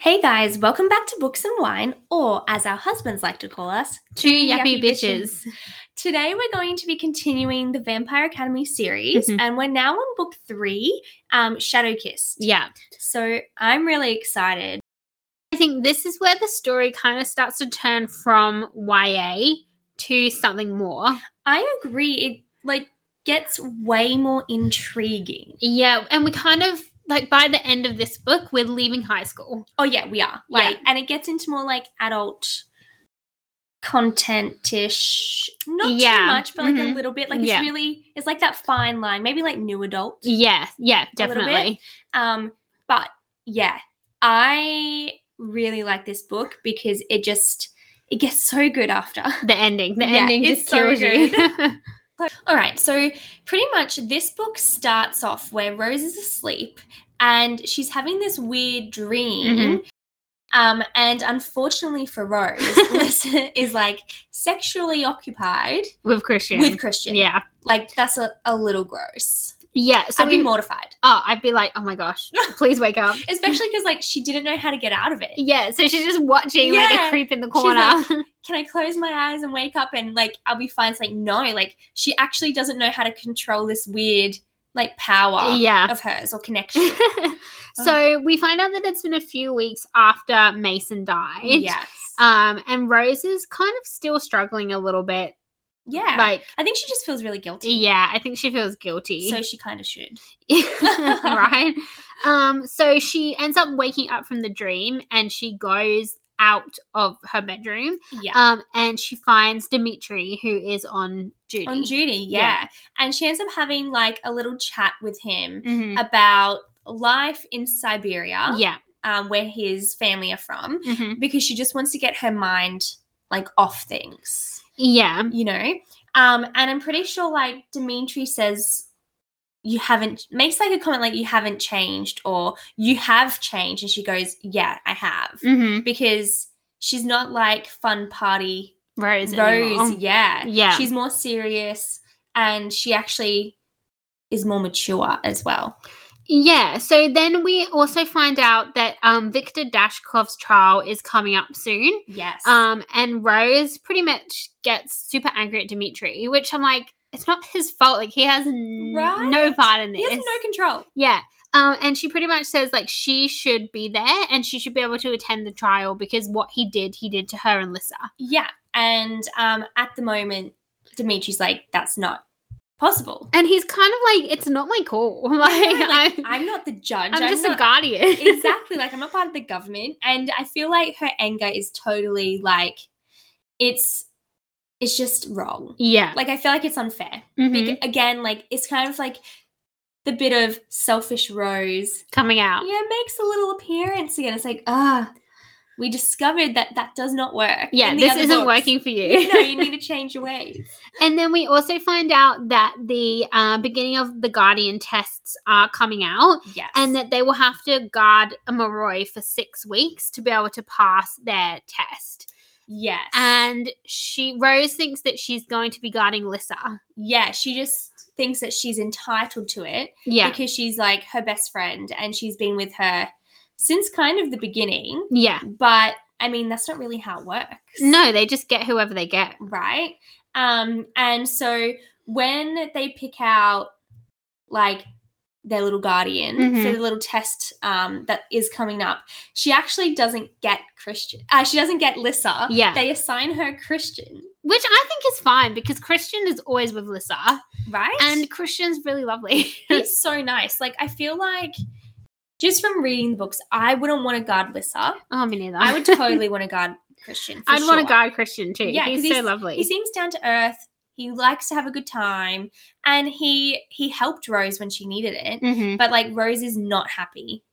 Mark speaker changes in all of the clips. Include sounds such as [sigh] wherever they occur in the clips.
Speaker 1: Hey guys, welcome back to Books and Wine, or as our husbands like to call us,
Speaker 2: Two yappy bitches.
Speaker 1: Today we're going to be continuing the Vampire Academy series,
Speaker 2: Mhm.
Speaker 1: and we're now on book three, um, Shadow Kiss.
Speaker 2: Yeah.
Speaker 1: So I'm really excited.
Speaker 2: I think this is where the story kind of starts to turn from YA to something more.
Speaker 1: I agree. It like gets way more intriguing.
Speaker 2: Yeah. And we kind of, like, by the end of this book, we're leaving high school.
Speaker 1: Oh yeah, we are.
Speaker 2: Yeah.
Speaker 1: Like, and it gets into more like adult content-ish. Not too
Speaker 2: Yeah.
Speaker 1: much, but like a
Speaker 2: Mhm.
Speaker 1: little bit. Like
Speaker 2: Yeah.
Speaker 1: it's really it's like that fine line, maybe like new adult.
Speaker 2: Yeah. Yeah.
Speaker 1: A little bit.
Speaker 2: Definitely.
Speaker 1: Um, but yeah, I really like this book because it just it gets so good after. [laughs]
Speaker 2: The ending. The
Speaker 1: Yeah,
Speaker 2: ending
Speaker 1: it's
Speaker 2: just
Speaker 1: so
Speaker 2: kills you.
Speaker 1: All right, so pretty much this book starts off where Rose is asleep and she's having this weird dream.
Speaker 2: Mm-hmm.
Speaker 1: Um, and unfortunately for
Speaker 2: [laughs]
Speaker 1: Rose, Lisa is like sexually occupied
Speaker 2: [laughs] With Christian.
Speaker 1: with Christian.
Speaker 2: yeah.
Speaker 1: Like that's a, a little gross.
Speaker 2: Yeah. So
Speaker 1: I'd be
Speaker 2: we,
Speaker 1: mortified.
Speaker 2: oh, I'd be like, oh
Speaker 1: [laughs]
Speaker 2: my gosh, please wake up.
Speaker 1: Especially because like she didn't know how to get out of it.
Speaker 2: Yeah. So she's just watching like
Speaker 1: Yeah.
Speaker 2: a creep in the
Speaker 1: She's
Speaker 2: corner.
Speaker 1: like, can I close my eyes and wake up and like I'll be fine? It's like, no, like she actually doesn't know how to control this weird like power
Speaker 2: yeah.
Speaker 1: of hers or [laughs]
Speaker 2: [laughs]
Speaker 1: connection.
Speaker 2: so we find out that it's been a few weeks after Mason died.
Speaker 1: yes.
Speaker 2: Um, and Rose is kind of still struggling a little bit.
Speaker 1: yeah.
Speaker 2: Like,
Speaker 1: I think she just feels really guilty.
Speaker 2: yeah, I think she feels guilty. [laughs]
Speaker 1: So she kind of should. [laughs]
Speaker 2: right? Um, so she ends up waking up from the dream and she goes out of her bedroom.
Speaker 1: Yeah.
Speaker 2: Um, and she finds Dimitri, who is on duty.
Speaker 1: On Judy, yeah.
Speaker 2: Um, Yeah.
Speaker 1: And she ends up having like a little chat with him
Speaker 2: Mhm.
Speaker 1: about life in Siberia,
Speaker 2: Yeah.
Speaker 1: um, where his family are from,
Speaker 2: mhm.
Speaker 1: because she just wants to get her mind like off things.
Speaker 2: Yeah.
Speaker 1: you know. Um, and I'm pretty sure like Dimitri says you haven't makes like a comment like you haven't changed or you have changed, and she goes, Yeah, I have.
Speaker 2: hmm
Speaker 1: Because she's not like fun party
Speaker 2: Rose.
Speaker 1: Rose,
Speaker 2: anymore.
Speaker 1: um, yeah.
Speaker 2: Yeah.
Speaker 1: She's more serious and she actually is more mature as well.
Speaker 2: Yeah, so then we also find out that um, Victor Dashkov's trial is coming up soon.
Speaker 1: Yes.
Speaker 2: Um, and Rose pretty much gets super angry at Dimitri, which I'm like, it's not his fault. Like, he has n- no
Speaker 1: Right?
Speaker 2: part in
Speaker 1: he
Speaker 2: this.
Speaker 1: has no control.
Speaker 2: yeah. Um, and she pretty much says, like, she should be there and she should be able to attend the trial because what he did, he did to her and Lissa.
Speaker 1: Yeah. And um at the moment, Dimitri's like, that's not [laughs] possible.
Speaker 2: And he's kind of like, it's not my call. [laughs] Like,
Speaker 1: like,
Speaker 2: I'm,
Speaker 1: I'm not the judge.
Speaker 2: I'm just
Speaker 1: not,
Speaker 2: a guardian. [laughs]
Speaker 1: exactly like i'm not part of the government and i feel like her anger is totally like it's it's just wrong
Speaker 2: yeah.
Speaker 1: like i feel like it's unfair
Speaker 2: Mhm.
Speaker 1: Bec- again like it's kind of like the bit of selfish rose
Speaker 2: Coming out.
Speaker 1: yeah makes a little appearance again it's like ah we discovered that that does not work
Speaker 2: Yeah,
Speaker 1: in the
Speaker 2: this
Speaker 1: other
Speaker 2: isn't
Speaker 1: books.
Speaker 2: working for
Speaker 1: [laughs]
Speaker 2: you.
Speaker 1: no you need to change your ways
Speaker 2: And then we also find out that the uh, beginning of the Guardian tests are coming out
Speaker 1: yes
Speaker 2: [laughs] and that they will have to guard a Moroi for six weeks to be able to pass their test.
Speaker 1: yes
Speaker 2: And she Rose thinks that she's going to be guarding Lissa.
Speaker 1: yeah she just thinks that she's entitled to it
Speaker 2: Yeah.
Speaker 1: because she's like her best friend and she's been with her since kind of the beginning.
Speaker 2: Yeah.
Speaker 1: But I mean, that's not really how it works.
Speaker 2: No, they just get whoever they get.
Speaker 1: Right? Um, and so when they pick out like their little guardian for
Speaker 2: Mhm.
Speaker 1: the little test um, that is coming up, she actually doesn't get Christian. Uh, she doesn't get Lissa.
Speaker 2: Yeah.
Speaker 1: They assign her Christian,
Speaker 2: Which I think is fine because Christian is always with Lissa.
Speaker 1: right?
Speaker 2: And Christian's really lovely.
Speaker 1: he's so nice. Like, I feel like just from reading the books, I wouldn't want to guard Lissa.
Speaker 2: [laughs] oh me neither. [laughs]
Speaker 1: I would totally want to guard Christian. for
Speaker 2: I'd want to
Speaker 1: sure.
Speaker 2: guard Christian too.
Speaker 1: Yeah, 'cause
Speaker 2: he's, so
Speaker 1: he's-
Speaker 2: lovely.
Speaker 1: He seems down to earth. He likes to have a good time, and he he helped Rose when she needed it.
Speaker 2: Mhm.
Speaker 1: But like Rose is not happy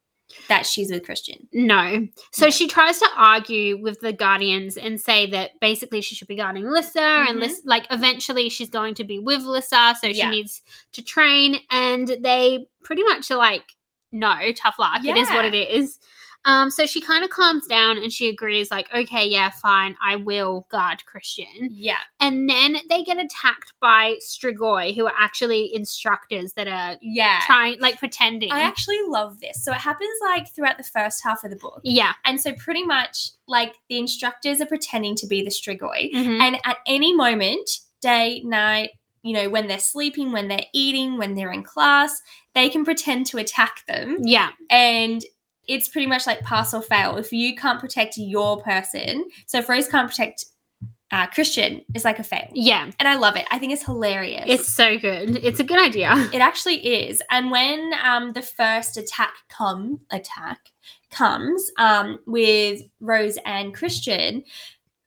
Speaker 1: that she's with Christian.
Speaker 2: No. So
Speaker 1: No.
Speaker 2: she tries to argue with the guardians and say that basically she should be guarding Lissa
Speaker 1: Mhm.
Speaker 2: and Lissa, like eventually she's going to be with Lissa, so
Speaker 1: Yeah.
Speaker 2: she needs to train. And they pretty much are like, no, tough luck. It is what
Speaker 1: Yeah.
Speaker 2: it is. Um, so she kind of calms down and she agrees, like, okay, yeah, fine, I will guard Christian.
Speaker 1: Yeah.
Speaker 2: And then they get attacked by Strigoi, who are actually instructors that are
Speaker 1: Yeah.
Speaker 2: trying, like, pretending.
Speaker 1: I actually love this. So it happens like throughout the first half of the book.
Speaker 2: yeah.
Speaker 1: And so pretty much like the instructors are pretending to be the Strigoi.
Speaker 2: Mhm.
Speaker 1: And at any moment, day, night, you know, when they're sleeping, when they're eating, when they're in class, they can pretend to attack them.
Speaker 2: yeah.
Speaker 1: And it's pretty much like pass or fail. If you can't protect your person, so if Rose can't protect uh, Christian, it's like a fail.
Speaker 2: Yeah.
Speaker 1: And I love it. I think it's hilarious.
Speaker 2: It's so good. It's a good idea.
Speaker 1: It actually is. And when um, the first attack come attack comes um, with Rose and Christian,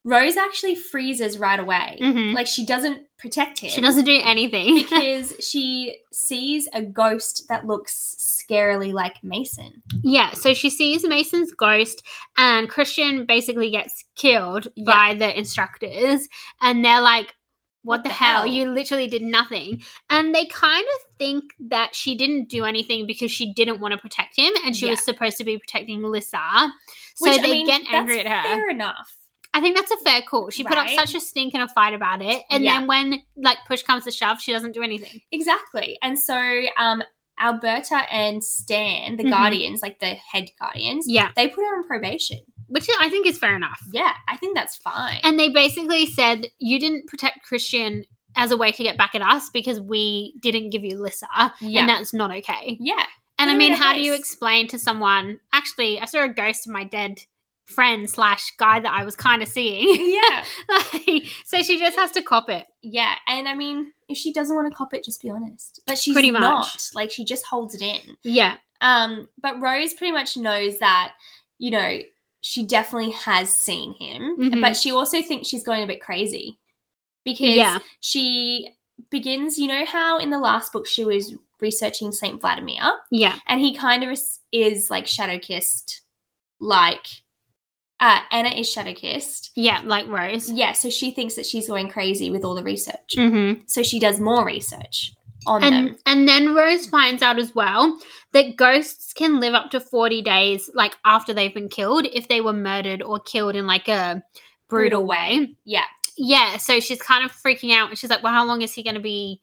Speaker 1: Rose actually freezes right away.
Speaker 2: Mhm.
Speaker 1: Like she doesn't protect him. [laughs]
Speaker 2: She doesn't do anything.
Speaker 1: because she sees a ghost that looks scarily like Mason.
Speaker 2: Yeah, so she sees Mason's ghost, and Christian basically gets killed
Speaker 1: Yeah.
Speaker 2: by the instructors, and they're like, "What, the, hell?
Speaker 1: hell?"
Speaker 2: You literally did nothing." And they kind of think that she didn't do anything because she didn't want to protect him, and she was supposed to be protecting Lissa. So
Speaker 1: Which, I
Speaker 2: they
Speaker 1: mean,
Speaker 2: get angry at
Speaker 1: that's
Speaker 2: her.
Speaker 1: Fair enough.
Speaker 2: I think that's a fair call. She put up
Speaker 1: Right?
Speaker 2: such a stink and a fight about it, and
Speaker 1: Yeah.
Speaker 2: then when like push comes to shove, she doesn't do anything.
Speaker 1: Exactly. And so um, Alberta and Stan, the
Speaker 2: Mhm.
Speaker 1: guardians, like the head guardians,
Speaker 2: Yeah,
Speaker 1: they put her on probation.
Speaker 2: which I think is fair enough.
Speaker 1: Yeah, I think that's fine.
Speaker 2: And they basically said, You didn't protect Christian as a way to get back at us because we didn't give you Lissa.
Speaker 1: yeah.
Speaker 2: And that's not okay. [laughs]
Speaker 1: yeah.
Speaker 2: And
Speaker 1: Put
Speaker 2: I
Speaker 1: her
Speaker 2: mean,
Speaker 1: in her
Speaker 2: how do you
Speaker 1: place.
Speaker 2: explain to someone, actually, I saw a ghost of my dead friend slash guy that I was kind of seeing? [laughs]
Speaker 1: Yeah.
Speaker 2: like, so she just has to cop it.
Speaker 1: Yeah, and I mean, if she doesn't want to cop it, just be honest. But she's
Speaker 2: Pretty much.
Speaker 1: not. Like she just holds it in.
Speaker 2: Yeah.
Speaker 1: Um, but Rose pretty much knows that, you know, she definitely has seen him,
Speaker 2: Mhm.
Speaker 1: but she also thinks she's going a bit crazy because
Speaker 2: Yeah.
Speaker 1: she begins. You know how in the last book she was researching Saint Vladimir,
Speaker 2: Yeah.
Speaker 1: and he kind of is, is like shadow kissed, like uh, Anna is shadow kissed.
Speaker 2: Yeah. Like Rose.
Speaker 1: Yeah, so she thinks that she's going crazy with all the research.
Speaker 2: Mm-hmm.
Speaker 1: So she does more research on
Speaker 2: and
Speaker 1: them.
Speaker 2: and then Rose finds out as well that ghosts can live up to 40 days like after they've been killed if they were murdered or killed in like a brutal
Speaker 1: Brutal
Speaker 2: way.
Speaker 1: Yeah.
Speaker 2: Yeah, so she's kind of freaking out and she's like, "Well, how long is he going to be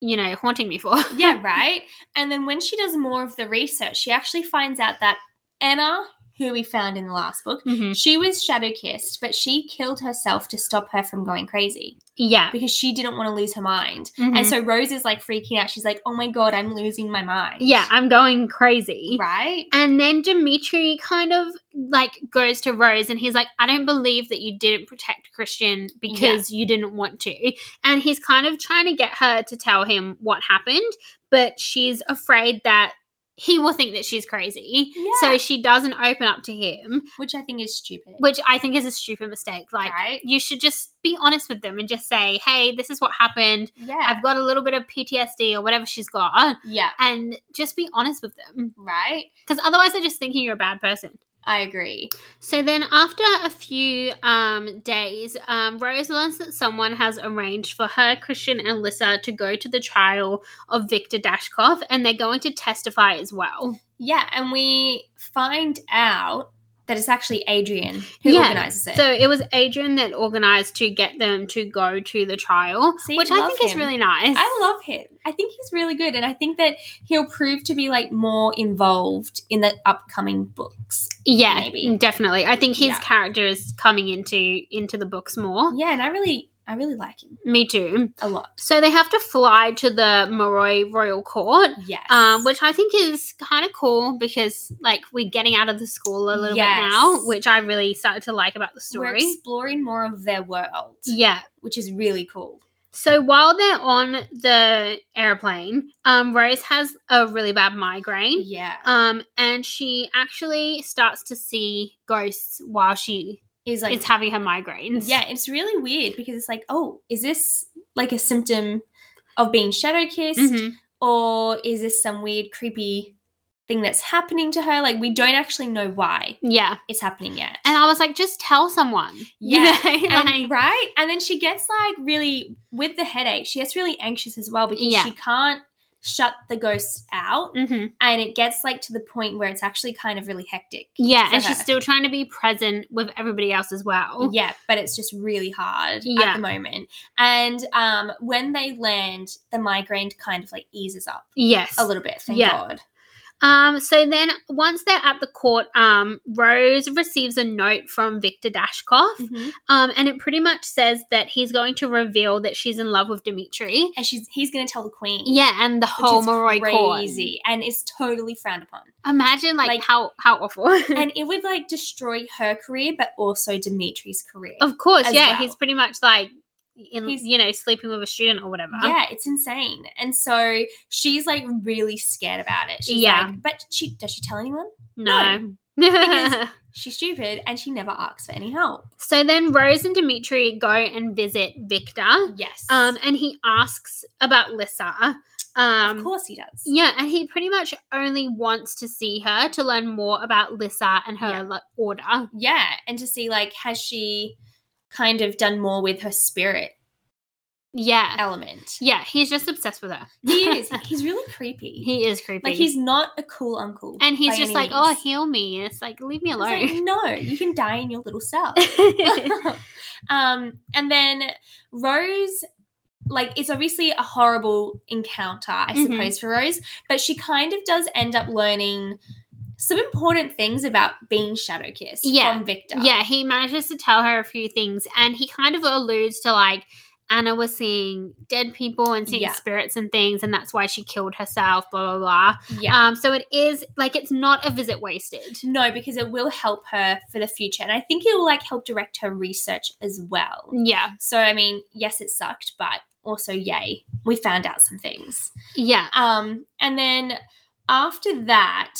Speaker 2: you know, haunting me for?" [laughs]
Speaker 1: Yeah, right. And then when she does more of the research, she actually finds out that Anna, who we found in the last book,
Speaker 2: Mhm.
Speaker 1: she was shadow kissed, but she killed herself to stop her from going crazy
Speaker 2: Yeah.
Speaker 1: because she didn't want to lose her mind. And
Speaker 2: Mhm.
Speaker 1: so Rose is like freaking out. She's like, oh my God, I'm losing my mind.
Speaker 2: yeah, I'm going crazy.
Speaker 1: Right?
Speaker 2: And then Dimitri kind of like goes to Rose and he's like, I don't believe that you didn't protect Christian because you didn't want to. And he's kind of trying to get her to tell him what happened, but she's afraid that he will think that she's crazy. So
Speaker 1: Yeah.
Speaker 2: she doesn't open up to him,
Speaker 1: Which I think is stupid.
Speaker 2: which I think is a stupid mistake. Like,
Speaker 1: right?
Speaker 2: you should just be honest with them and just say, hey, this is what happened.
Speaker 1: Yeah.
Speaker 2: I've got a little bit of PTSD or whatever she's got.
Speaker 1: Yeah.
Speaker 2: And just be honest with them
Speaker 1: Right?
Speaker 2: because otherwise they're just thinking you're a bad person.
Speaker 1: I agree.
Speaker 2: So then, after a few um, days, um, Rose learns that someone has arranged for her, Christian, and Lissa to go to the trial of Victor Dashkov, and they're going to testify as well.
Speaker 1: Yeah. And we find out that it's actually Adrian who
Speaker 2: Yeah,
Speaker 1: organizes it.
Speaker 2: So it was Adrian that organized to get them to go to the trial,
Speaker 1: See,
Speaker 2: which I
Speaker 1: love
Speaker 2: think is
Speaker 1: him.
Speaker 2: really nice.
Speaker 1: I love him. I think he's really good, and I think that he'll prove to be like more involved in the upcoming books.
Speaker 2: yeah,
Speaker 1: maybe.
Speaker 2: definitely. I think his
Speaker 1: Yeah.
Speaker 2: character is coming into into the books more.
Speaker 1: Yeah, and I really, I really like him
Speaker 2: Me too.
Speaker 1: a lot.
Speaker 2: So they have to fly to the Moroi Royal Court,
Speaker 1: Yes,
Speaker 2: um, which I think is kind of cool because like we're getting out of the school a little bit now,
Speaker 1: Yes.
Speaker 2: which I really started to like about the
Speaker 1: we're
Speaker 2: story.
Speaker 1: exploring more of their world,
Speaker 2: Yeah.
Speaker 1: which is really cool.
Speaker 2: So while they're on the airplane, um, Rose has a really bad migraine.
Speaker 1: Yeah,
Speaker 2: Um, and she actually starts to see ghosts while she
Speaker 1: is like
Speaker 2: is having her migraines.
Speaker 1: yeah, it's really weird because it's like, oh, is this like a symptom of being shadow kissed,
Speaker 2: Mhm.
Speaker 1: or is this some weird creepy? thing that's happening to her like we don't actually know why
Speaker 2: Yeah.
Speaker 1: it's happening yet
Speaker 2: And I was like, just tell someone. you
Speaker 1: Yeah, [laughs]
Speaker 2: know,
Speaker 1: And-
Speaker 2: like-
Speaker 1: Um, right? And then she gets like really with the headache, she gets really anxious as well because
Speaker 2: Yeah.
Speaker 1: she can't shut the ghosts out.
Speaker 2: Mm-hmm.
Speaker 1: And it gets like to the point where it's actually kind of really hectic.
Speaker 2: Yeah,
Speaker 1: for
Speaker 2: and she's
Speaker 1: her.
Speaker 2: still trying to be present with everybody else as well.
Speaker 1: Yeah, but it's just really hard at
Speaker 2: Yeah.
Speaker 1: the moment. And um, when they land, the migraine kind of like eases up
Speaker 2: Yes.
Speaker 1: a little bit. Thank
Speaker 2: Yeah.
Speaker 1: God.
Speaker 2: Um, so then once they're at the court, um, Rose receives a note from Victor Dashkoff.
Speaker 1: Mm.
Speaker 2: Um, and it pretty much says that he's going to reveal that she's in love with Dimitri.
Speaker 1: And she's he's going to tell the queen.
Speaker 2: Yeah, and the
Speaker 1: which
Speaker 2: whole
Speaker 1: is
Speaker 2: Moroi court.
Speaker 1: crazy, and it's totally frowned upon.
Speaker 2: [laughs] Imagine like,
Speaker 1: Like-
Speaker 2: how how
Speaker 1: [laughs]
Speaker 2: awful. [laughs]
Speaker 1: and it would like destroy her career, but also Dimitri's career.
Speaker 2: of course,
Speaker 1: as
Speaker 2: yeah,
Speaker 1: well.
Speaker 2: he's pretty much like in
Speaker 1: He's-
Speaker 2: you know sleeping with a student or whatever.
Speaker 1: Yeah, it's insane. And so she's like really scared about it. She's
Speaker 2: Yeah.
Speaker 1: like, but she does she tell anyone?
Speaker 2: [laughs] No.
Speaker 1: Because- She's stupid and she never asks for any help.
Speaker 2: so then Rose and Dimitri go and visit Victor.
Speaker 1: Yes.
Speaker 2: Um, and he asks about Lissa. Um,
Speaker 1: of course he does.
Speaker 2: Yeah, and he pretty much only wants to see her to learn more about Lissa and her
Speaker 1: Yeah.
Speaker 2: like, order.
Speaker 1: Yeah. And to see like has she kind of done more with her spirit
Speaker 2: Yeah.
Speaker 1: element.
Speaker 2: Yeah, he's just obsessed with
Speaker 1: [laughs]
Speaker 2: her.
Speaker 1: He is. He's really creepy.
Speaker 2: [laughs] He is creepy.
Speaker 1: like he's not a cool uncle.
Speaker 2: and he's
Speaker 1: by
Speaker 2: just
Speaker 1: any
Speaker 2: like, oh,
Speaker 1: means.
Speaker 2: heal me. And it's like, leave me
Speaker 1: It's like, [laughs]
Speaker 2: alone.
Speaker 1: no, you can die in your little
Speaker 2: [laughs]
Speaker 1: cell.
Speaker 2: yeah.
Speaker 1: [laughs] um, and then Rose, like, it's obviously a horrible encounter, I
Speaker 2: Mhm.
Speaker 1: suppose, for Rose, but she kind of does end up learning some important things about being shadow kissed
Speaker 2: Yeah.
Speaker 1: from Victor.
Speaker 2: he manages to tell her a few things, and he kind of alludes to like Anna was seeing dead people and seeing
Speaker 1: Yeah.
Speaker 2: spirits and things, and that's why she killed herself. Blah blah blah.
Speaker 1: yeah.
Speaker 2: Um, so it is like it's not a visit wasted.
Speaker 1: no, because it will help her for the future. And I think it will like help direct her research as well.
Speaker 2: Yeah,
Speaker 1: So I mean, yes, it sucked, but also yay, we found out some things.
Speaker 2: yeah.
Speaker 1: Um, and then after that,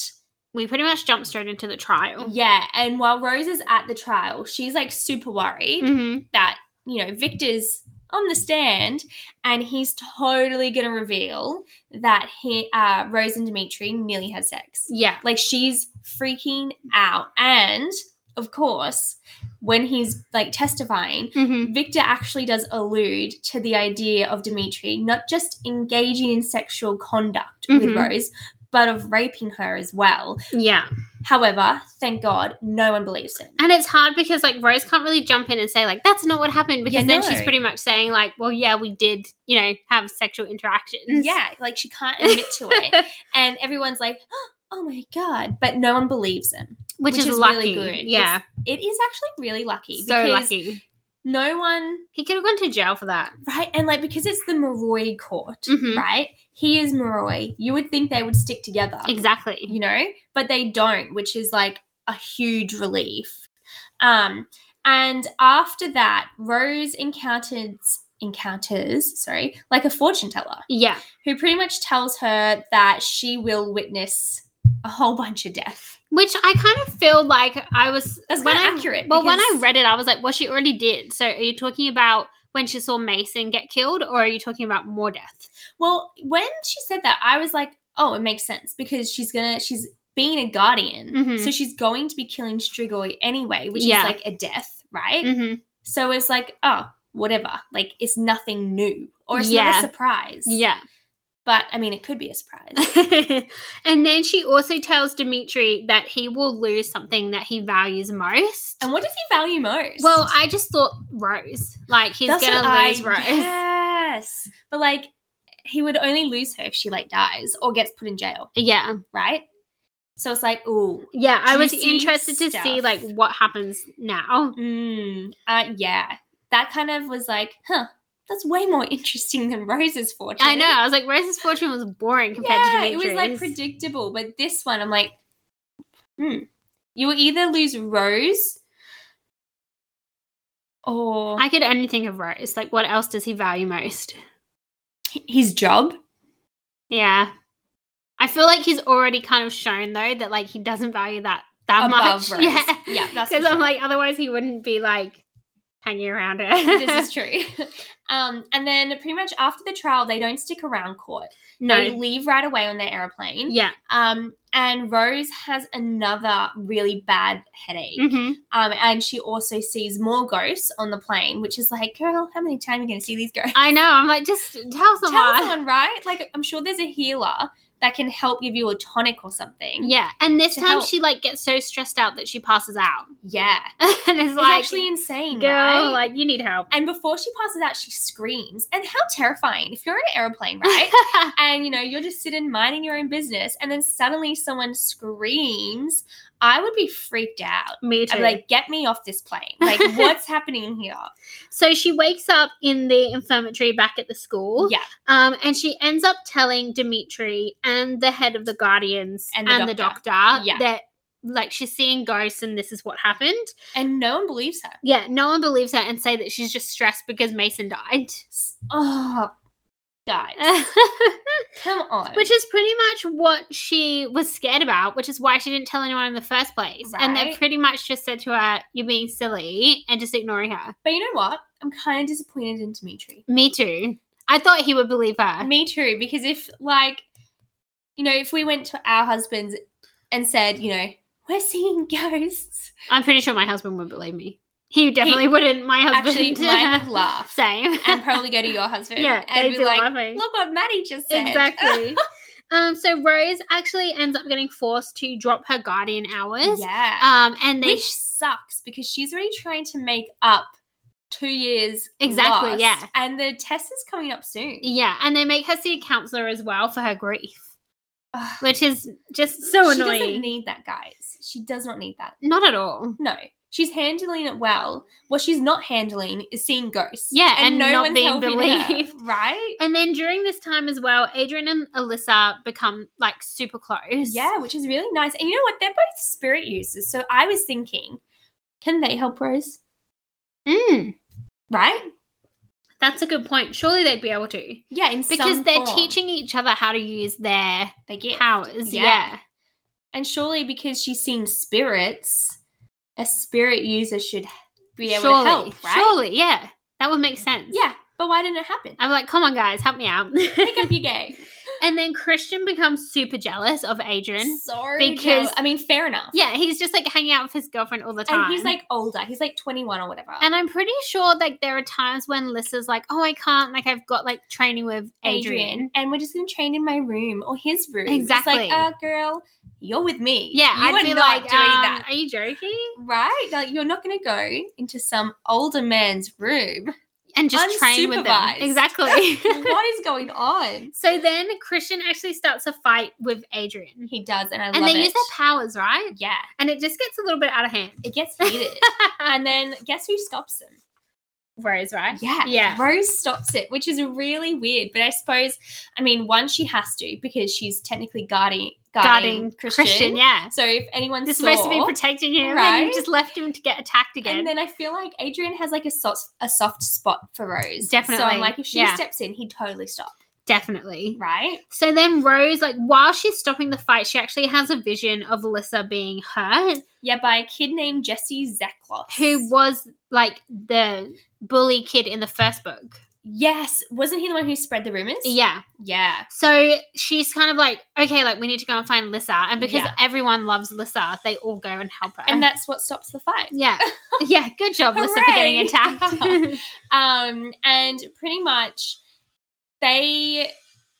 Speaker 2: We pretty much jump straight into the trial.
Speaker 1: Yeah, and while Rose is at the trial, she's like super worried
Speaker 2: Mm-hmm.
Speaker 1: that, you know, Victor's on the stand and he's totally going to reveal that he uh Rose and Dimitri nearly had sex.
Speaker 2: Yeah.
Speaker 1: Like she's freaking out. And of course, when he's like testifying,
Speaker 2: Mm-hmm.
Speaker 1: Victor actually does allude to the idea of Dimitri not just engaging in sexual conduct with
Speaker 2: Mhm.
Speaker 1: Rose, but of raping her as well.
Speaker 2: Yeah.
Speaker 1: However, thank God, no one believes him.
Speaker 2: And it's hard because like Rose can't really jump in and say like that's not what happened
Speaker 1: Yeah,
Speaker 2: because then she's
Speaker 1: no.
Speaker 2: pretty much saying like well yeah we did you know have sexual interactions.
Speaker 1: Yeah, like she can't admit to it.
Speaker 2: [laughs]
Speaker 1: And everyone's like, [gasps] oh my God. But no one believes him.
Speaker 2: which,
Speaker 1: Which
Speaker 2: is,
Speaker 1: is
Speaker 2: lucky.
Speaker 1: really good.
Speaker 2: Yeah.
Speaker 1: It is actually really lucky.
Speaker 2: So lucky.
Speaker 1: No one,
Speaker 2: He could have gone to jail for that.
Speaker 1: right? And like, because it's the Moroi court,
Speaker 2: Mhm.
Speaker 1: right? He is Moroi. You would think they would stick together.
Speaker 2: Exactly.
Speaker 1: You know? But they don't, which is like a huge relief. Um, and after that, Rose encounters encounters, sorry, like a fortune teller.
Speaker 2: Yeah.
Speaker 1: who pretty much tells her that she will witness a whole bunch of death.
Speaker 2: Which I kind of feel like I was
Speaker 1: That's
Speaker 2: when
Speaker 1: kinda
Speaker 2: I-
Speaker 1: accurate
Speaker 2: Well, when I
Speaker 1: because-
Speaker 2: read it, I was like, well, she already did. So are you talking about when she saw Mason get killed, or are you talking about more death?
Speaker 1: Well, when she said that, I was like, oh, it makes sense because she's gonna she's being a guardian,
Speaker 2: Mhm.
Speaker 1: so she's going to be killing Strigoi anyway, which
Speaker 2: Yeah.
Speaker 1: is like a death, right?
Speaker 2: Mm-hmm.
Speaker 1: So it's like, oh, whatever, like it's nothing new or it's not
Speaker 2: Yeah.
Speaker 1: a surprise.
Speaker 2: Yeah.
Speaker 1: but I mean, it could be a surprise.
Speaker 2: [laughs] and then she also tells Dimitri that he will lose something that he values most.
Speaker 1: and what does he value most?
Speaker 2: Well, I just thought Rose. Like he's
Speaker 1: That's
Speaker 2: gonna
Speaker 1: what
Speaker 2: lose
Speaker 1: I-
Speaker 2: Rose. Yeah.
Speaker 1: Yes, but like. He would only lose her if she like dies or gets put in jail.
Speaker 2: Yeah.
Speaker 1: right? So it's like, ooh,
Speaker 2: I was
Speaker 1: Juicy
Speaker 2: interested to see
Speaker 1: stuff.
Speaker 2: like what happens now.
Speaker 1: mm, uh, yeah. That kind of was like, huh, that's way more interesting than Rose's fortune.
Speaker 2: I know. I was like, Rose's fortune was boring compared
Speaker 1: Yeah,
Speaker 2: to
Speaker 1: it was
Speaker 2: Dimitri's.
Speaker 1: like predictable, but this one, I'm like, hmm, you will either lose Rose or
Speaker 2: I could only think of Rose. Like, what else does he value most?
Speaker 1: his
Speaker 2: [laughs]
Speaker 1: job.
Speaker 2: Yeah. I feel like he's already kind of shown though that like he doesn't value that that
Speaker 1: Above
Speaker 2: much. [laughs]
Speaker 1: Rose. Yeah, that's for
Speaker 2: because I'm
Speaker 1: sure.
Speaker 2: like otherwise he wouldn't be like hanging around her. [laughs]
Speaker 1: this is true. [laughs] Um, and then pretty much after the trial, they don't stick around court. They
Speaker 2: no.
Speaker 1: leave right away on their airplane.
Speaker 2: Yeah.
Speaker 1: Um, and Rose has another really bad headache.
Speaker 2: hmm
Speaker 1: Um, and she also sees more ghosts on the plane, which is like, girl, how many times are you going to see these ghosts?
Speaker 2: I know. I'm like, just tell someone.
Speaker 1: Tell someone, right? Like, I'm sure there's a healer that can help give you a tonic or something.
Speaker 2: Yeah. And this
Speaker 1: To
Speaker 2: time
Speaker 1: help.
Speaker 2: she like gets so stressed out that she passes out. [laughs]
Speaker 1: Yeah.
Speaker 2: and it's,
Speaker 1: It's
Speaker 2: like
Speaker 1: actually insane,
Speaker 2: girl,
Speaker 1: right?
Speaker 2: like you
Speaker 1: [laughs]
Speaker 2: need help.
Speaker 1: and before she passes out, she screams. And how terrifying if you're in an
Speaker 2: [laughs]
Speaker 1: airplane, right? and you know you're just sitting minding your own business and then suddenly someone screams i would be freaked out
Speaker 2: Me
Speaker 1: i'd
Speaker 2: too.
Speaker 1: be like get me off this
Speaker 2: [laughs]
Speaker 1: plane like what's happening here
Speaker 2: so she wakes up in the infirmary back at the school.
Speaker 1: yeah
Speaker 2: Um, and she ends up telling Dimitri and the head of the guardians and
Speaker 1: And
Speaker 2: the
Speaker 1: the
Speaker 2: doctor,
Speaker 1: doctor. Yeah.
Speaker 2: that like she's seeing ghosts and this is what happened.
Speaker 1: and no one believes her
Speaker 2: Yeah, no one believes her and say that she's just stressed because Mason died. [laughs]
Speaker 1: oh guys come on
Speaker 2: which is pretty much what she was scared about, which is why she didn't tell anyone in the first place. And they
Speaker 1: Right.
Speaker 2: pretty much just said to her, You're being silly and just ignoring her.
Speaker 1: but you know what i'm kind of disappointed in dimitri
Speaker 2: Me too. I thought he would believe her.
Speaker 1: me too because if like you know if we went to our husbands and said you know we're seeing ghosts
Speaker 2: I'm pretty sure my husband would believe me. He definitely wouldn't. My [laughs]
Speaker 1: actually
Speaker 2: husband
Speaker 1: might laugh
Speaker 2: Same.
Speaker 1: and probably go to
Speaker 2: [laughs]
Speaker 1: your husband
Speaker 2: yeah,
Speaker 1: and
Speaker 2: they
Speaker 1: be
Speaker 2: do
Speaker 1: like
Speaker 2: love me.
Speaker 1: Look what Maddie just said. [laughs]
Speaker 2: exactly. um, so Rose actually ends up getting forced to drop her guardian hours.
Speaker 1: Yeah.
Speaker 2: Um, and they
Speaker 1: Which sucks because she's already trying to make up two years.
Speaker 2: Exactly,
Speaker 1: lost,
Speaker 2: yeah.
Speaker 1: And the test is coming up soon.
Speaker 2: yeah, and they make her see a counselor as well for her grief,
Speaker 1: Ugh,
Speaker 2: which is just so
Speaker 1: she
Speaker 2: annoying.
Speaker 1: doesn't need that, guys. She does not need that.
Speaker 2: Not at all.
Speaker 1: No. She's handling it well. What she's not handling is seeing ghosts.
Speaker 2: Yeah, and not being
Speaker 1: helping her,
Speaker 2: believed.
Speaker 1: [laughs] right?
Speaker 2: And then during this time as well, Adrian and Alyssa become like super close.
Speaker 1: Yeah, which is really nice. And you know what? They're both spirit users. So I was thinking, can they help Rose?
Speaker 2: Mm,
Speaker 1: Right?
Speaker 2: that's a good point. Surely they'd be able to.
Speaker 1: Yeah, in some
Speaker 2: Because they're
Speaker 1: form.
Speaker 2: teaching each other how to use their
Speaker 1: They get
Speaker 2: powers.
Speaker 1: Yeah.
Speaker 2: yeah.
Speaker 1: And surely because she's seen spirits, a spirit user should be able
Speaker 2: surely,
Speaker 1: to help, right?
Speaker 2: Surely, yeah. That would make sense.
Speaker 1: Yeah, but why didn't it happen?
Speaker 2: I'm like, come on, guys, help
Speaker 1: [laughs]
Speaker 2: me out.
Speaker 1: Pick up your game.
Speaker 2: and then Christian becomes super jealous of Adrian.
Speaker 1: Sorry,
Speaker 2: Because-
Speaker 1: because I mean, fair enough.
Speaker 2: Yeah, he's just like hanging out with his girlfriend all the time.
Speaker 1: and he's like older. He's like 21 or whatever.
Speaker 2: and I'm pretty sure like there are times when Lissa's like, oh, I can't. Like, I've got like training with Adrian.
Speaker 1: and we're just gonna train in my room or his room.
Speaker 2: Exactly.
Speaker 1: It's like, oh, girl, you're with me.
Speaker 2: Yeah,
Speaker 1: you
Speaker 2: I'd
Speaker 1: are
Speaker 2: be
Speaker 1: not
Speaker 2: like,
Speaker 1: doing
Speaker 2: um,
Speaker 1: that,
Speaker 2: Are you joking?
Speaker 1: right? Like, you're not gonna go into some older man's room. [laughs]
Speaker 2: And just train with them.
Speaker 1: Unsupervised. [laughs]
Speaker 2: Exactly. [laughs]
Speaker 1: what is going on?
Speaker 2: so then Christian actually starts a fight with Adrian.
Speaker 1: He does, and I
Speaker 2: and
Speaker 1: love
Speaker 2: they
Speaker 1: it.
Speaker 2: use their powers, right?
Speaker 1: yeah,
Speaker 2: And it just gets a little bit out of hand.
Speaker 1: it gets
Speaker 2: [laughs]
Speaker 1: heated. and then guess who stops him?
Speaker 2: Rose, right?
Speaker 1: Yeah.
Speaker 2: Yeah.
Speaker 1: Rose stops it, which is really weird. But I suppose, I mean, one, she has to because she's technically guarding, guarding,
Speaker 2: Guarding
Speaker 1: Christian.
Speaker 2: yeah.
Speaker 1: So if anyone
Speaker 2: This is
Speaker 1: saw,
Speaker 2: supposed to be protecting him, and you
Speaker 1: Right?
Speaker 2: just left him to get attacked again.
Speaker 1: and then I feel like Adrian has like a soft, a soft spot for Rose. So
Speaker 2: Definitely,
Speaker 1: I'm like, if she
Speaker 2: yeah.
Speaker 1: steps in, he'd totally stop.
Speaker 2: Definitely.
Speaker 1: Right?
Speaker 2: So then Rose, like while she's stopping the fight, she actually has a vision of Alyssa being hurt,
Speaker 1: Yeah, by a kid named Jesse Zekloff.
Speaker 2: who was like the bully kid in the first book.
Speaker 1: Yes. Wasn't he the one who spread the rumors?
Speaker 2: Yeah.
Speaker 1: Yeah.
Speaker 2: So she's kind of like, okay, like we need to go and find Lissa. And because
Speaker 1: Yeah.
Speaker 2: everyone loves Lissa, they all go and help her.
Speaker 1: And that's what stops the fight.
Speaker 2: [laughs] yeah. Yeah. Good job, Lissa, for getting
Speaker 1: Hooray.
Speaker 2: attacked. [laughs]
Speaker 1: Um, and pretty much they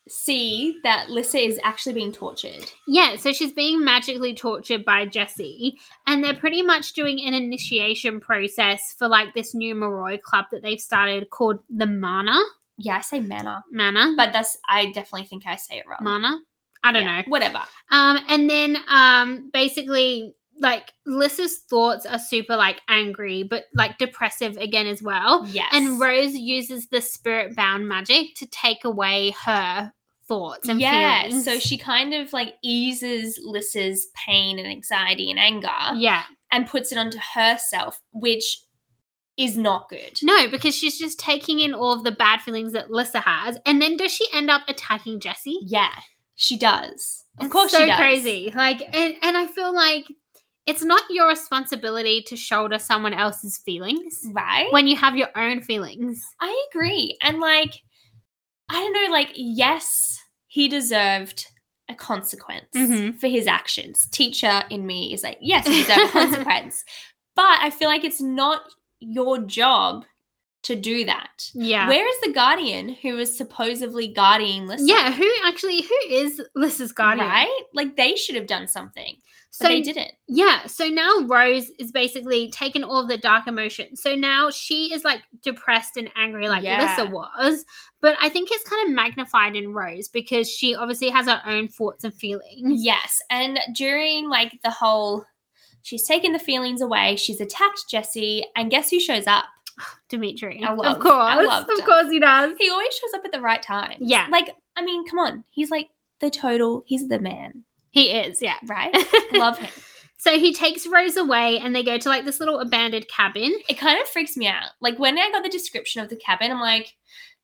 Speaker 1: see that Lissa is actually being tortured.
Speaker 2: Yeah, so she's being magically tortured by Jesse, and they're pretty much doing an initiation process for like this new Moroi club that they've started called the Mana.
Speaker 1: Yeah, I say manner,
Speaker 2: Mana?
Speaker 1: but that's I definitely think I say it wrong.
Speaker 2: Mana? I don't
Speaker 1: Yeah,
Speaker 2: know.
Speaker 1: Whatever.
Speaker 2: Um, and then um basically like Lissa's thoughts are super like angry, but like depressive again as well.
Speaker 1: Yes.
Speaker 2: And Rose uses the spirit bound magic to take away her thoughts and
Speaker 1: yeah,
Speaker 2: feelings.
Speaker 1: so she kind of like eases Lissa's pain and anxiety and anger
Speaker 2: Yeah.
Speaker 1: and puts it onto herself, which is not good.
Speaker 2: No, because she's just taking in all of the bad feelings that Lissa has, and then does she end up attacking Jesse?
Speaker 1: Yeah, she does. Of
Speaker 2: It's
Speaker 1: course
Speaker 2: so
Speaker 1: she does.
Speaker 2: crazy. Like, and and I feel like it's not your responsibility to shoulder someone else's feelings
Speaker 1: Right?
Speaker 2: when you have your own feelings.
Speaker 1: I agree. And like, I don't know, like, yes, he deserved a consequence
Speaker 2: Mhm.
Speaker 1: for his actions. Teacher in me is like, yes, he
Speaker 2: [laughs]
Speaker 1: deserved a consequence. But I feel like it's not your job to do that.
Speaker 2: Yeah.
Speaker 1: Where is the guardian who is supposedly guarding Lissa?
Speaker 2: yeah, who actually who is Lissa's guardian?
Speaker 1: Right? Like they should have done something. But
Speaker 2: So
Speaker 1: they didn't.
Speaker 2: yeah, so now Rose is basically taken all of the dark emotions. So now she is like depressed and angry like
Speaker 1: Yeah.
Speaker 2: Lissa was, but I think it's kind of magnified in Rose because she obviously has her own thoughts
Speaker 1: [laughs]
Speaker 2: and feelings.
Speaker 1: Yes. And during like the whole she's taken the feelings away, she's attacked Jesse, and guess who shows up?
Speaker 2: Dimitri.
Speaker 1: I
Speaker 2: of
Speaker 1: loved-
Speaker 2: course.
Speaker 1: I loved
Speaker 2: of
Speaker 1: it.
Speaker 2: course he does.
Speaker 1: He always shows up at the right time.
Speaker 2: Yeah.
Speaker 1: Like, I mean, come on. He's like the total, he's the man,
Speaker 2: He is, [laughs] yeah.
Speaker 1: right? Love him.
Speaker 2: So he takes Rose away and they go to like this little abandoned cabin.
Speaker 1: It kind of freaks me out. Like when I got the description of the cabin, I'm like,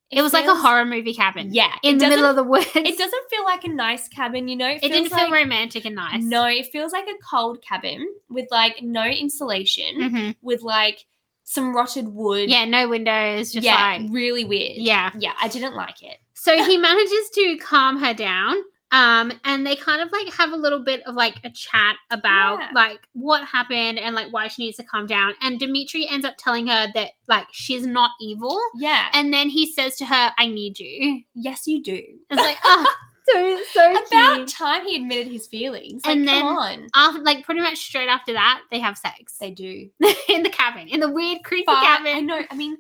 Speaker 2: It was like a
Speaker 1: feels-
Speaker 2: horror movie cabin.
Speaker 1: Yeah.
Speaker 2: In
Speaker 1: it
Speaker 2: the middle
Speaker 1: doesn't-
Speaker 2: of the woods.
Speaker 1: it doesn't feel like a nice cabin, you know?
Speaker 2: It didn't
Speaker 1: feels
Speaker 2: feel romantic and nice.
Speaker 1: No, it feels like a cold cabin with like no insulation,
Speaker 2: hmm
Speaker 1: with like some rotted wood.
Speaker 2: Yeah, no windows, just
Speaker 1: yeah,
Speaker 2: like
Speaker 1: really weird.
Speaker 2: Yeah.
Speaker 1: Yeah, I didn't like it.
Speaker 2: So he manages to calm her down. Um, and they kind of like have a little bit of like a chat about
Speaker 1: Yeah.
Speaker 2: like what happened and like why she needs to calm down. And Dimitri ends up telling her that like she's not evil.
Speaker 1: Yeah.
Speaker 2: And then he says to her, I need you.
Speaker 1: yes, you do.
Speaker 2: It's like, oh, so, so
Speaker 1: About
Speaker 2: cute.
Speaker 1: time he admitted his feelings. Like,
Speaker 2: And then-
Speaker 1: come on.
Speaker 2: After, like pretty much straight after that, they have sex
Speaker 1: They do.
Speaker 2: [laughs] in the cabin, in the weird creepy
Speaker 1: Far- I
Speaker 2: cabin.
Speaker 1: know. I mean,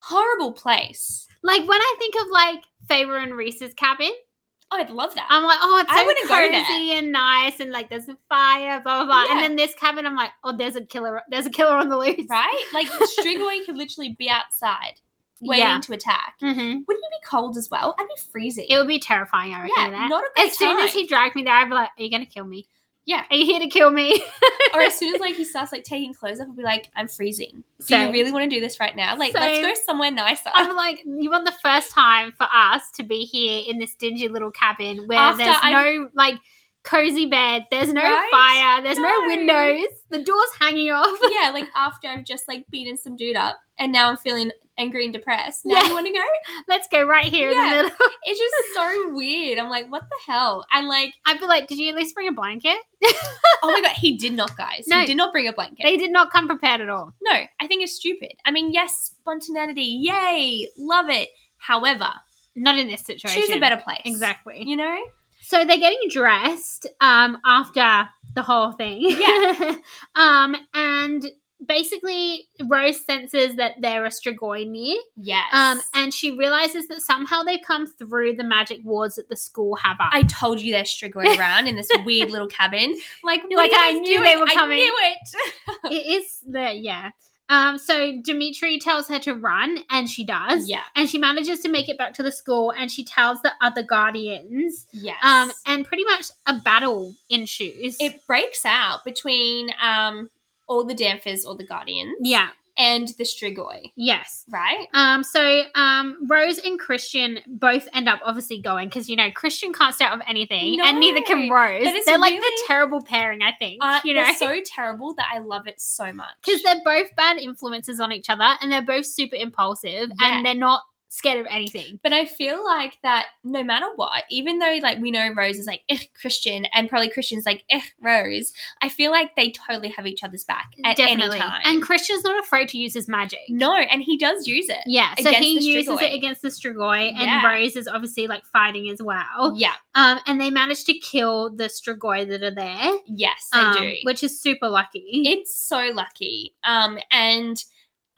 Speaker 1: horrible place.
Speaker 2: Like when I think of like Faber and Reese's cabin,
Speaker 1: Oh, I'd love that.
Speaker 2: I'm like, oh, it's
Speaker 1: I
Speaker 2: so
Speaker 1: wouldn't go there.
Speaker 2: cozy and nice, and like there's a fire, blah blah blah.
Speaker 1: Yeah.
Speaker 2: And then this cabin, I'm like, oh, there's a killer, there's a killer on the loose,
Speaker 1: right? Like Strigoi could literally be outside waiting
Speaker 2: Yeah.
Speaker 1: to attack.
Speaker 2: hmm
Speaker 1: Wouldn't it be cold as well? I'd be freezing.
Speaker 2: It would be terrifying. I reckon.
Speaker 1: yeah,
Speaker 2: that.
Speaker 1: not a good
Speaker 2: as soon as
Speaker 1: time.
Speaker 2: he dragged me there, I'd be like, are you gonna kill me?
Speaker 1: Yeah.
Speaker 2: Are you here to kill
Speaker 1: [laughs]
Speaker 2: me? [laughs]
Speaker 1: or as soon as like he starts like taking clothes off, I'll be like, I'm freezing. Do
Speaker 2: Same.
Speaker 1: you really want to do this right now? Like, let's go
Speaker 2: Same.
Speaker 1: somewhere nicer.
Speaker 2: I'm like, you want the first time for us to be here in this dingy little cabin where
Speaker 1: After
Speaker 2: there's
Speaker 1: I-
Speaker 2: no like cozy bed, there's no
Speaker 1: Right?
Speaker 2: fire, there's no.
Speaker 1: No.
Speaker 2: windows, the door's hanging off.
Speaker 1: [laughs] yeah, like after I've just like beaten some dude up and now I'm feeling angry and depressed. Now
Speaker 2: Yeah.
Speaker 1: you want to go?
Speaker 2: Let's go right here
Speaker 1: Yeah.
Speaker 2: in the middle. [laughs]
Speaker 1: It's just so weird. I'm like, what the hell? And like,
Speaker 2: I'd be like, did you at least bring a blanket?
Speaker 1: oh my god, he did not, guys.
Speaker 2: No.
Speaker 1: He did not bring a blanket.
Speaker 2: They did not come prepared at all.
Speaker 1: No, I think it's stupid. I mean, yes, spontaneity, yay, love it. However,
Speaker 2: Not in this situation.
Speaker 1: choose a better place.
Speaker 2: Exactly.
Speaker 1: You know?
Speaker 2: So they're getting dressed um after the whole thing.
Speaker 1: Yeah.
Speaker 2: [laughs] um and basically Rose senses that there are Strigoi near.
Speaker 1: Yes.
Speaker 2: Um, and she realizes that somehow they've come through the magic wards that the school have up.
Speaker 1: I told you they're struggling around in
Speaker 2: [laughs]
Speaker 1: this weird little cabin. Like, what are
Speaker 2: Like,
Speaker 1: you
Speaker 2: I
Speaker 1: guys
Speaker 2: knew they
Speaker 1: doing?
Speaker 2: were coming.
Speaker 1: I knew
Speaker 2: [laughs]
Speaker 1: it.
Speaker 2: it is the yeah. Um, so Dimitri tells her to run, and she does.
Speaker 1: Yeah.
Speaker 2: And she manages to make it back to the school, and she tells the other guardians.
Speaker 1: Yes.
Speaker 2: Um, and pretty much a battle ensues.
Speaker 1: it breaks out between um all the Danfers or the Guardians
Speaker 2: yeah.
Speaker 1: and the Strigoi,
Speaker 2: Yes.
Speaker 1: right?
Speaker 2: Um, so um, Rose and Christian both end up obviously going because you know Christian can't stay out of anything, and neither can
Speaker 1: No,
Speaker 2: Rose.
Speaker 1: that is
Speaker 2: They're like the
Speaker 1: really-
Speaker 2: terrible pairing, I think.
Speaker 1: Uh,
Speaker 2: you know,
Speaker 1: They're
Speaker 2: [laughs]
Speaker 1: so terrible that I love it so much.
Speaker 2: because they're both bad influences on each other and they're both super impulsive
Speaker 1: Yeah.
Speaker 2: and they're not scared of anything.
Speaker 1: But I feel like that no matter what, even though like we know Rose is like eh, Christian and probably Christian's like eh, Rose, I feel like they totally have each other's back at
Speaker 2: Definitely.
Speaker 1: any time.
Speaker 2: And Christian's not afraid to use his magic.
Speaker 1: no, and he does use it.
Speaker 2: Yeah, so
Speaker 1: Against
Speaker 2: he
Speaker 1: the
Speaker 2: uses it
Speaker 1: Strigoi.
Speaker 2: against the Strigoi, and
Speaker 1: Yeah.
Speaker 2: Rose is obviously like fighting as well.
Speaker 1: Yeah.
Speaker 2: Um, and they manage to kill the Strigoi that are there,
Speaker 1: Yes, they
Speaker 2: um,
Speaker 1: do.
Speaker 2: which is super lucky.
Speaker 1: it's so lucky. Um, and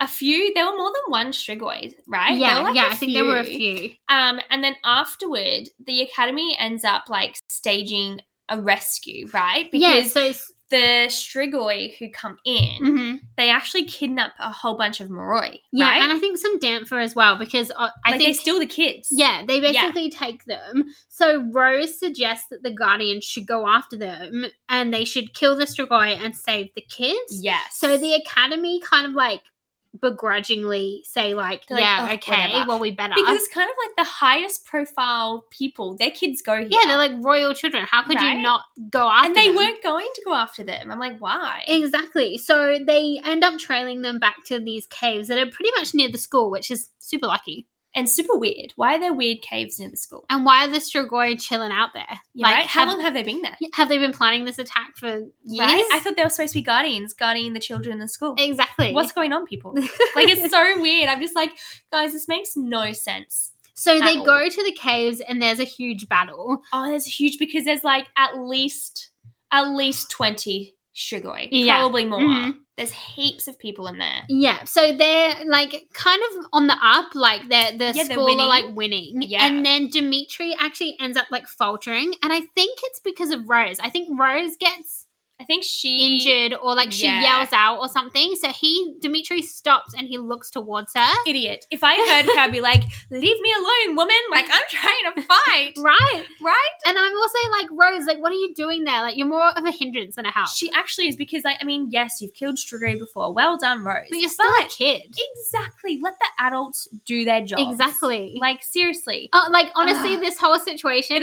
Speaker 1: a few there were more than one Strigoi, right? There
Speaker 2: yeah,
Speaker 1: were, like,
Speaker 2: yeah,
Speaker 1: a
Speaker 2: I think there were a few.
Speaker 1: Um, and then afterward, the academy ends up like staging a rescue, right?
Speaker 2: Yeah,
Speaker 1: Because
Speaker 2: so
Speaker 1: the Strigoi who come in,
Speaker 2: mhm.
Speaker 1: they actually kidnap a whole bunch of Moroi,
Speaker 2: yeah,
Speaker 1: right?
Speaker 2: and I think some Damper as well because uh, I
Speaker 1: like they
Speaker 2: think
Speaker 1: steal the kids.
Speaker 2: Yeah, they
Speaker 1: Yeah.
Speaker 2: basically take them. So Rose suggests that the Guardians should go after them and they should kill the Strigoi and save the kids.
Speaker 1: Yes.
Speaker 2: So the Academy kind of like begrudgingly say like,
Speaker 1: They're like,
Speaker 2: yeah,
Speaker 1: "Oh,
Speaker 2: okay,
Speaker 1: whatever."
Speaker 2: well we better.
Speaker 1: Because it's kind of like the highest profile people. Their kids go here.
Speaker 2: yeah, they're like royal children. How could
Speaker 1: Right?
Speaker 2: you not go after
Speaker 1: and they
Speaker 2: them?
Speaker 1: weren't going to go after them. I'm like, why?
Speaker 2: Exactly. So they end up trailing them back to these caves that are pretty much near the school, which is super lucky.
Speaker 1: and super weird. Why are there weird caves near the school?
Speaker 2: And why are the Strigoi chilling out there?
Speaker 1: Yeah, right? How
Speaker 2: have,
Speaker 1: long have they been there?
Speaker 2: have they been planning this attack for years?
Speaker 1: Right? I thought they were supposed to be guardians, guarding the children in the school.
Speaker 2: exactly.
Speaker 1: What's going on,
Speaker 2: [laughs]
Speaker 1: people? like it's so weird. I'm just like, guys, this makes no sense.
Speaker 2: so they
Speaker 1: all.
Speaker 2: go to the caves and there's a huge battle.
Speaker 1: Oh, there's huge because there's like at least at least twenty shigoi,
Speaker 2: Yeah.
Speaker 1: probably more.
Speaker 2: Mhm.
Speaker 1: There's heaps of people in there.
Speaker 2: Yeah, so they're like kind of on the up, like they're the
Speaker 1: Yeah, they're
Speaker 2: school are like
Speaker 1: winning.
Speaker 2: winning.
Speaker 1: Yeah.
Speaker 2: And then Dimitri actually ends up like faltering. And I think it's because of Rose. I think Rose gets
Speaker 1: I think she
Speaker 2: injured or like she
Speaker 1: yeah.
Speaker 2: yells out or something. So he Dimitri stops and he looks towards her.
Speaker 1: idiot. If I heard her, I'd be like, leave me alone, woman. Like I'm trying to fight.
Speaker 2: [laughs] Right.
Speaker 1: right?
Speaker 2: And I'm also like, Rose, like what are you doing there? Like you're more of a hindrance than a help.
Speaker 1: She actually is because like I mean, yes, you've killed Strigoi before. Well done, Rose.
Speaker 2: but you're still a kid.
Speaker 1: Exactly. Let the adults do their job.
Speaker 2: Exactly. Like,
Speaker 1: Like
Speaker 2: [laughs]
Speaker 1: seriously.
Speaker 2: uh, like honestly,
Speaker 1: Ugh.
Speaker 2: this whole situation,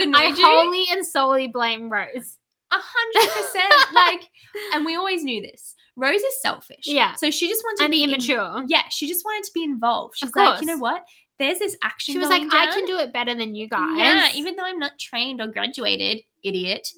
Speaker 1: It
Speaker 2: I
Speaker 1: annoyed you?
Speaker 2: wholly and solely blame Rose.
Speaker 1: A hundred percent. Like, and we always knew this. Rose is selfish.
Speaker 2: Yeah.
Speaker 1: So she just wanted to
Speaker 2: And
Speaker 1: be in-
Speaker 2: immature.
Speaker 1: yeah, she just wanted to be involved. She's
Speaker 2: Of
Speaker 1: like, you
Speaker 2: course.
Speaker 1: know what? There's this action.
Speaker 2: She was like,
Speaker 1: going
Speaker 2: I
Speaker 1: down.
Speaker 2: can do it better than you guys.
Speaker 1: Yeah, even though I'm not trained or graduated,
Speaker 2: [laughs]
Speaker 1: idiot.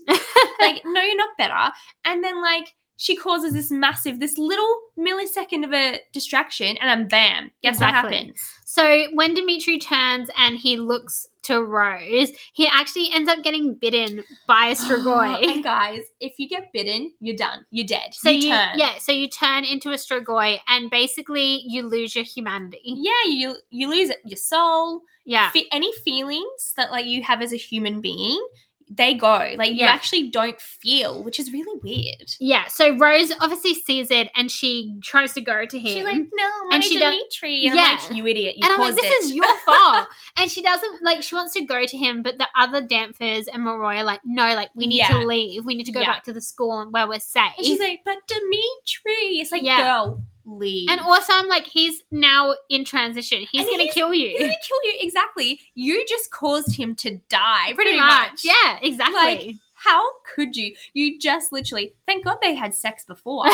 Speaker 1: like, no, you're not better. And then like she causes this massive, this little millisecond of a distraction, and I'm bam. Guess what
Speaker 2: Exactly. [gasps]
Speaker 1: happens?
Speaker 2: so when Dimitri turns and he looks to Rose, he actually ends up getting bitten
Speaker 1: [gasps]
Speaker 2: by a
Speaker 1: and
Speaker 2: Strigoi.
Speaker 1: guys, if you get bitten, you're done. You're dead.
Speaker 2: So
Speaker 1: you,
Speaker 2: you,
Speaker 1: turn.
Speaker 2: yeah, so you turn into a Strigoi and basically you lose your humanity.
Speaker 1: Yeah, you you lose it- your soul.
Speaker 2: Yeah.
Speaker 1: Fe- any feelings that like you have as a human being, they go. Like you
Speaker 2: Yeah.
Speaker 1: actually don't feel, which is really weird.
Speaker 2: Yeah. So Rose obviously sees it and she tries to go to him.
Speaker 1: She's like, no, my
Speaker 2: And she does-
Speaker 1: Dimitri. And I'm
Speaker 2: Yeah.
Speaker 1: like, you idiot. You
Speaker 2: and I'm like,
Speaker 1: caused
Speaker 2: this
Speaker 1: it.
Speaker 2: is your
Speaker 1: [laughs]
Speaker 2: fault. and she doesn't like she wants to go to him, but the other Danfers and Maroy are like, no, like we need to
Speaker 1: Yeah.
Speaker 2: leave. We need to go
Speaker 1: Yeah.
Speaker 2: back to the school and where we're safe.
Speaker 1: And she's like, but Dimitri. It's like,
Speaker 2: Yeah.
Speaker 1: girl, leave.
Speaker 2: And also, I'm like, he's now in transition. He's
Speaker 1: And
Speaker 2: gonna
Speaker 1: he's-
Speaker 2: kill [laughs]
Speaker 1: he's
Speaker 2: you.
Speaker 1: gonna kill you. Exactly. You just caused him to die. Pretty, much.
Speaker 2: Yeah, exactly.
Speaker 1: How could you? You just literally. Thank God they had sex
Speaker 2: [laughs]
Speaker 1: before.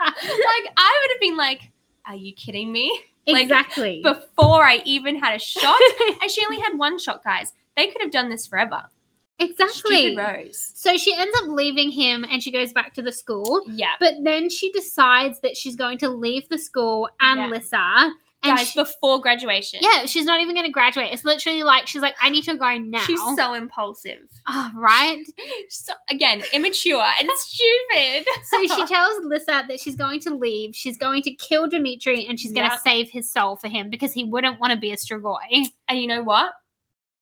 Speaker 1: like I would have been like, "Are you kidding me?" like,
Speaker 2: exactly.
Speaker 1: [laughs] Before I even had a
Speaker 2: [laughs]
Speaker 1: shot, and she only had one shot, guys. They could have done this forever.
Speaker 2: exactly.
Speaker 1: Stupid Rose.
Speaker 2: So she ends up leaving him and she goes back to the school.
Speaker 1: Yeah,
Speaker 2: But then she decides that she's going to leave the school and
Speaker 1: Yeah.
Speaker 2: Lissa. And
Speaker 1: guys.
Speaker 2: she-
Speaker 1: before graduation.
Speaker 2: yeah, she's not even going to graduate. It's literally like, she's like, I need to go now.
Speaker 1: she's so
Speaker 2: [laughs]
Speaker 1: impulsive.
Speaker 2: Oh, right?
Speaker 1: So, again, immature
Speaker 2: [laughs]
Speaker 1: and stupid.
Speaker 2: So
Speaker 1: [laughs]
Speaker 2: she tells Lissa that she's going to leave. She's going to kill Dimitri and she's going to
Speaker 1: Yep.
Speaker 2: save his soul for him because he wouldn't want to be a Strigoi.
Speaker 1: And you know what?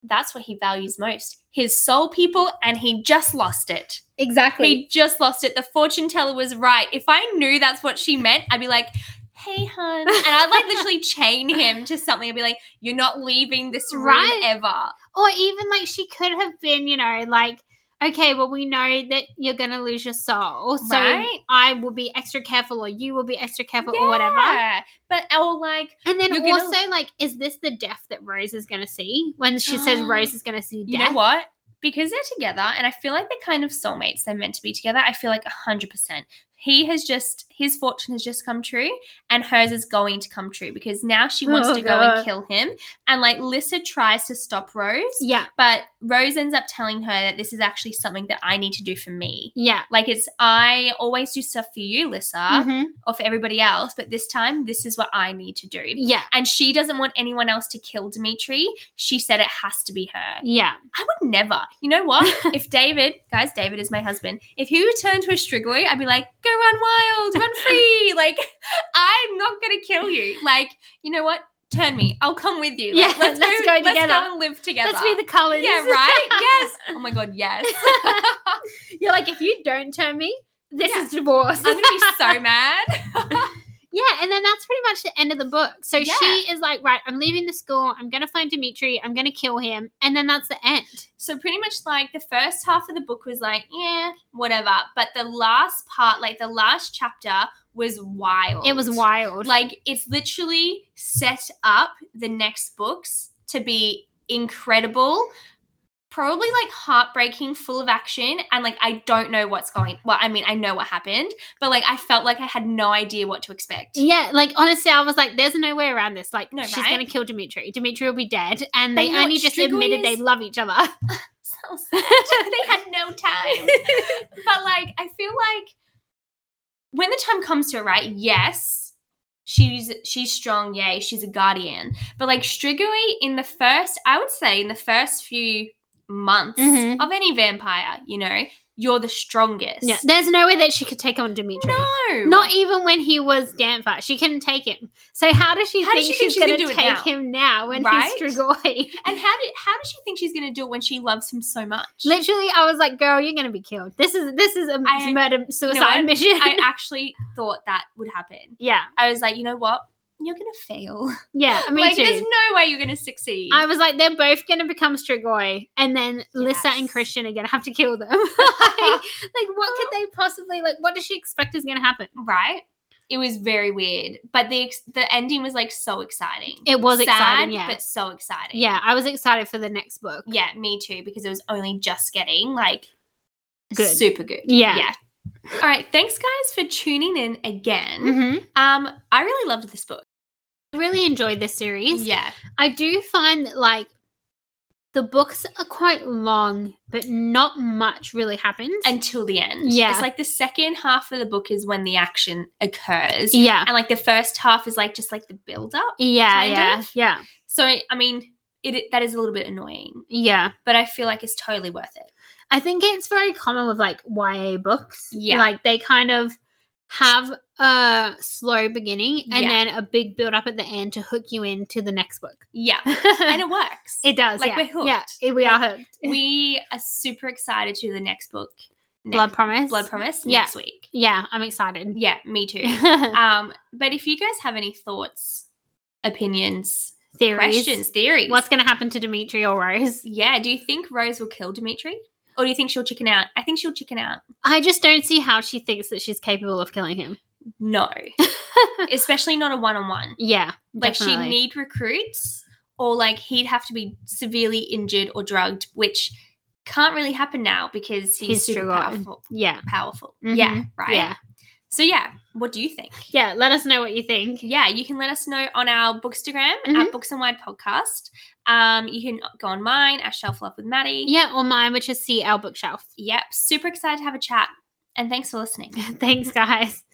Speaker 1: That's what he values most his soul, people, and he just lost it.
Speaker 2: Exactly.
Speaker 1: He just lost it. The fortune teller was right. If I knew that's what she meant, I'd be like, hey, hun. And I'd like
Speaker 2: [laughs]
Speaker 1: literally chain him to something. I'd be like, you're not leaving this room
Speaker 2: Right.
Speaker 1: ever.
Speaker 2: Or even like she could have been, you know, like, okay, well, we know that you're going to lose your soul. So
Speaker 1: Right.
Speaker 2: I will be extra careful or you will be extra careful or whatever.
Speaker 1: Yeah. But, or like,
Speaker 2: And then
Speaker 1: You're gonna-
Speaker 2: also, like, is this the death that Rose is going to see when
Speaker 1: [gasps]
Speaker 2: she says Rose is going to see death?
Speaker 1: you know what? Because they're together and I feel like they're kind of soulmates. They're meant to be together. I feel like 100%. He has just, his fortune has just come true and hers is going to come true because now she wants
Speaker 2: Oh,
Speaker 1: to go and
Speaker 2: God.
Speaker 1: kill him. And like Lissa tries to stop Rose.
Speaker 2: Yeah.
Speaker 1: But Rose ends up telling her that this is actually something that I need to do for me.
Speaker 2: Yeah.
Speaker 1: Like it's I always do stuff for you, Lissa,
Speaker 2: Mhm.
Speaker 1: or for everybody else, but this time this is what I need to do.
Speaker 2: Yeah.
Speaker 1: And she doesn't want anyone else to kill Dimitri. She said it has to be her.
Speaker 2: Yeah.
Speaker 1: I would never. You know what?
Speaker 2: [laughs]
Speaker 1: if David, guys, David is my husband. If he returned to a strigoi, I'd be like, go run wild,
Speaker 2: [laughs]
Speaker 1: run free. like, I'm not gonna kill you. Like, you know what? Turn me. I'll come with you.
Speaker 2: Yeah, [laughs] let's go together.
Speaker 1: Let's go and live together.
Speaker 2: Let's be the colors.
Speaker 1: Yeah,
Speaker 2: [laughs]
Speaker 1: right? Yes. Oh my god, yes.
Speaker 2: You're like, if you don't turn me, this
Speaker 1: Yeah.
Speaker 2: is divorce.
Speaker 1: I'm gonna be so mad.
Speaker 2: [laughs] Yeah, and then that's pretty much the end of the book. So
Speaker 1: Yeah.
Speaker 2: she is like, right, I'm leaving the school. I'm going to find Dimitri. I'm going to kill him. And then that's the end.
Speaker 1: So pretty much like the first half of the book was like, yeah, whatever. But the last part, like the last chapter, was wild.
Speaker 2: It was wild.
Speaker 1: Like it's literally set up the next books to be incredible, probably like heartbreaking, full of action, and like I don't know what's going. Well, I mean, I know what happened, but like I felt like I had no idea what to expect.
Speaker 2: yeah, like honestly, I was like, there's no way around this. Like,
Speaker 1: No,
Speaker 2: she's
Speaker 1: right?
Speaker 2: going to kill Dimitri. Dimitri will be dead. And
Speaker 1: But
Speaker 2: they
Speaker 1: you know
Speaker 2: only
Speaker 1: what
Speaker 2: just
Speaker 1: Strigoi
Speaker 2: admitted they
Speaker 1: is?
Speaker 2: love each other.
Speaker 1: So sad. they had no
Speaker 2: [laughs]
Speaker 1: time. but like I feel like when the time comes to it, right? Yes, she's she's strong. Yay, she's a guardian. But like Strigoi in the first, I would say in the first few months
Speaker 2: Mhm.
Speaker 1: of any vampire, you know, you're the strongest.
Speaker 2: yeah, there's no way that she could take on Dimitri.
Speaker 1: No,
Speaker 2: Not even when he was Danfire. She couldn't take him. So how does she
Speaker 1: How does
Speaker 2: think
Speaker 1: she think
Speaker 2: she's
Speaker 1: she can
Speaker 2: going
Speaker 1: do
Speaker 2: to
Speaker 1: it
Speaker 2: take
Speaker 1: now?
Speaker 2: him now when
Speaker 1: Right?
Speaker 2: he's Strigoi?
Speaker 1: And how did how does she think she's gonna do it when she loves him so much?
Speaker 2: [laughs] Literally, I was like, [laughs] "Girl, you're gonna be killed. This is this is a
Speaker 1: I-
Speaker 2: murder suicide
Speaker 1: what?
Speaker 2: mission."
Speaker 1: I actually thought that would happen.
Speaker 2: [laughs] yeah,
Speaker 1: I was like, you know what? You're gonna fail.
Speaker 2: yeah, me
Speaker 1: like, there's
Speaker 2: too.
Speaker 1: no way you're gonna succeed.
Speaker 2: I was like, "They're both gonna become Strigoi, and then Lissa and
Speaker 1: Yes.
Speaker 2: Christian are gonna have to
Speaker 1: [laughs]
Speaker 2: kill them." [laughs] like, like, what could they possibly like? What does she expect is gonna happen?
Speaker 1: right? It was very weird, but the ex- the ending was like so exciting.
Speaker 2: It was exciting,
Speaker 1: Sad,
Speaker 2: yeah.
Speaker 1: but so exciting.
Speaker 2: Yeah, I was excited for the next book.
Speaker 1: yeah, me too, because it was only just getting like
Speaker 2: Good.
Speaker 1: super good.
Speaker 2: Yeah.
Speaker 1: yeah. All right, thanks guys for tuning in again.
Speaker 2: hmm
Speaker 1: Um, I really loved this book.
Speaker 2: I really enjoyed this series.
Speaker 1: Yeah,
Speaker 2: I do find that like the books are quite long, but not much really happens.
Speaker 1: until the end.
Speaker 2: Yeah.
Speaker 1: it's like the second half of the book is when the action occurs,
Speaker 2: yeah,
Speaker 1: and like the first half is like just like the build up.
Speaker 2: yeah,
Speaker 1: kind
Speaker 2: yeah,
Speaker 1: of.
Speaker 2: yeah,
Speaker 1: So I mean, it, it that is a little bit annoying,
Speaker 2: yeah.
Speaker 1: but I feel like it's totally worth it.
Speaker 2: I think it's very common with like YA books.
Speaker 1: Yeah.
Speaker 2: Like they kind of have a slow beginning and
Speaker 1: Yeah.
Speaker 2: then a big build up at the end to hook you into the next book.
Speaker 1: [laughs] Yeah, and it works.
Speaker 2: it does.
Speaker 1: like,
Speaker 2: yeah.
Speaker 1: we're
Speaker 2: Yeah,
Speaker 1: hooked.
Speaker 2: it- we are hooked.
Speaker 1: we are super excited to the next book.
Speaker 2: Blood
Speaker 1: next-
Speaker 2: Promise.
Speaker 1: Blood Promise
Speaker 2: Yeah.
Speaker 1: next week.
Speaker 2: Yeah, I'm excited.
Speaker 1: Yeah, me
Speaker 2: [laughs]
Speaker 1: too. um, but if you guys have any thoughts, opinions,
Speaker 2: Theories.
Speaker 1: questions, theories,
Speaker 2: What's going to happen to Dimitri or Rose?
Speaker 1: yeah, do you think Rose will kill Dimitri, or do you think she'll chicken out? I think she'll chicken out.
Speaker 2: I just don't see how she thinks that she's capable of killing him. [laughs]
Speaker 1: No, especially not a one-on-one.
Speaker 2: Yeah.
Speaker 1: Like she'd
Speaker 2: definitely.
Speaker 1: need recruits, or like he'd have to be severely injured or drugged, which can't really happen now because he's,
Speaker 2: He's
Speaker 1: super
Speaker 2: Strigoi.
Speaker 1: powerful.
Speaker 2: Yeah.
Speaker 1: Powerful, yeah,
Speaker 2: Mhm.
Speaker 1: right.
Speaker 2: Yeah.
Speaker 1: So yeah, what do you think?
Speaker 2: Yeah. Let us know what you think.
Speaker 1: yeah, you can let us know on our Bookstagram
Speaker 2: Mhm.
Speaker 1: at Books and Wide Podcast. Um, you can go on mine at Shelf Love with Maddie.
Speaker 2: Yeah. Or mine, which is see our bookshelf. [laughs]
Speaker 1: Yep. Super excited to have a chat. And thanks for listening.
Speaker 2: Thanks, guys.